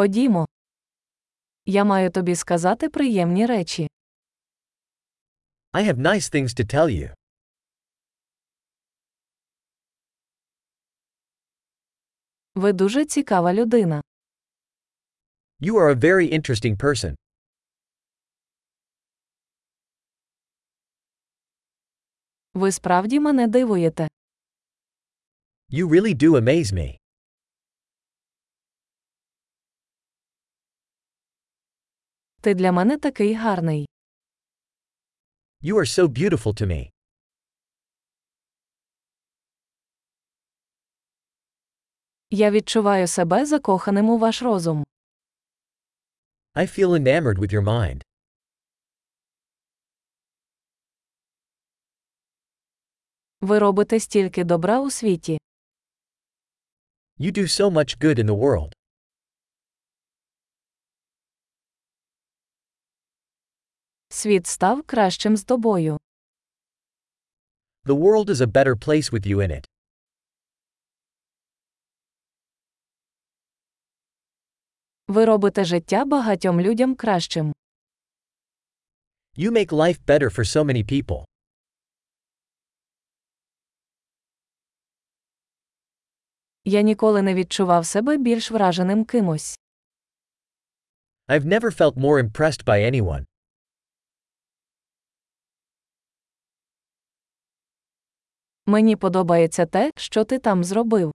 Ходімо. Я маю тобі сказати приємні речі. I have nice things to tell you. Ви дуже цікава людина. You are a very interesting person. Ви справді мене дивуєте. You really do amaze me. Ти для мене такий гарний. You are so beautiful to me. Я відчуваю себе закоханим у ваш розум. I feel enamored with your mind. Ви робите стільки добра у світі. You do so much good in the world. Світ став кращим з тобою. The world is a better place with you in it. Ви робите життя багатьом людям кращим. You make life better for so many people. Я ніколи не відчував себе більш враженим кимось. I've never felt more impressed by anyone. Мені подобається те, що ти там зробив.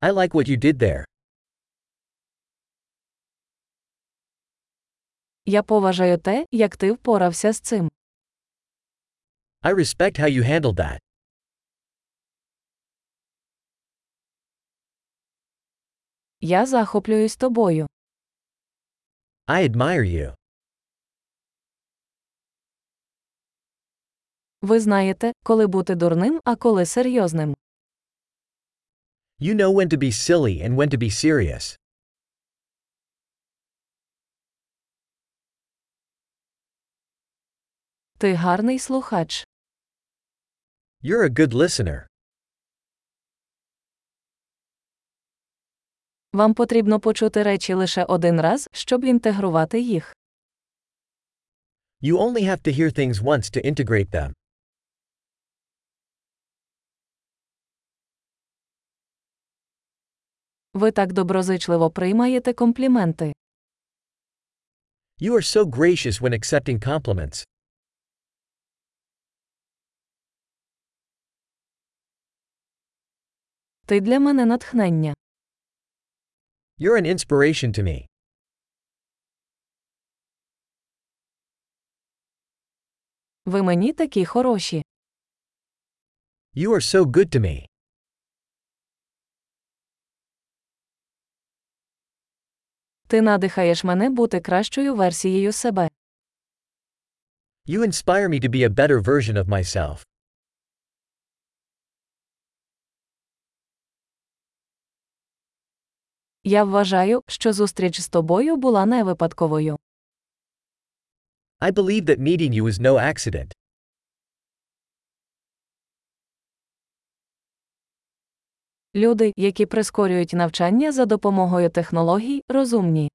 I like what you did there. Я поважаю те, як ти впорався з цим. I respect how you handled that. Я захоплююсь тобою. I admire you. Ви знаєте, коли бути дурним, а коли серйозним. You know when to be silly and when to be serious. Ти гарний слухач. You're a good listener. Вам потрібно почути речі лише один раз, щоб інтегрувати їх. You only have to hear things once to integrate them. Ви так доброзичливо приймаєте компліменти. You are so gracious when accepting compliments. Ти для мене натхнення. You're an inspiration to me. Ви мені такі хороші. You are so good to me. Ти надихаєш мене бути кращою версією себе. You inspire me to be a better version of myself. Я вважаю, що зустріч з тобою була не випадковою. I believe that meeting you is no accident. Люди, які прискорюють навчання за допомогою технологій, розумні.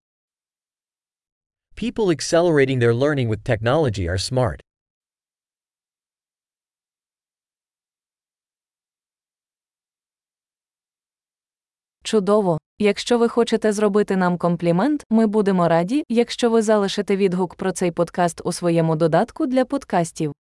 People accelerating their learning with technology are smart. Чудово! Якщо ви хочете зробити нам комплімент, ми будемо раді, якщо ви залишите відгук про цей подкаст у своєму додатку для подкастів.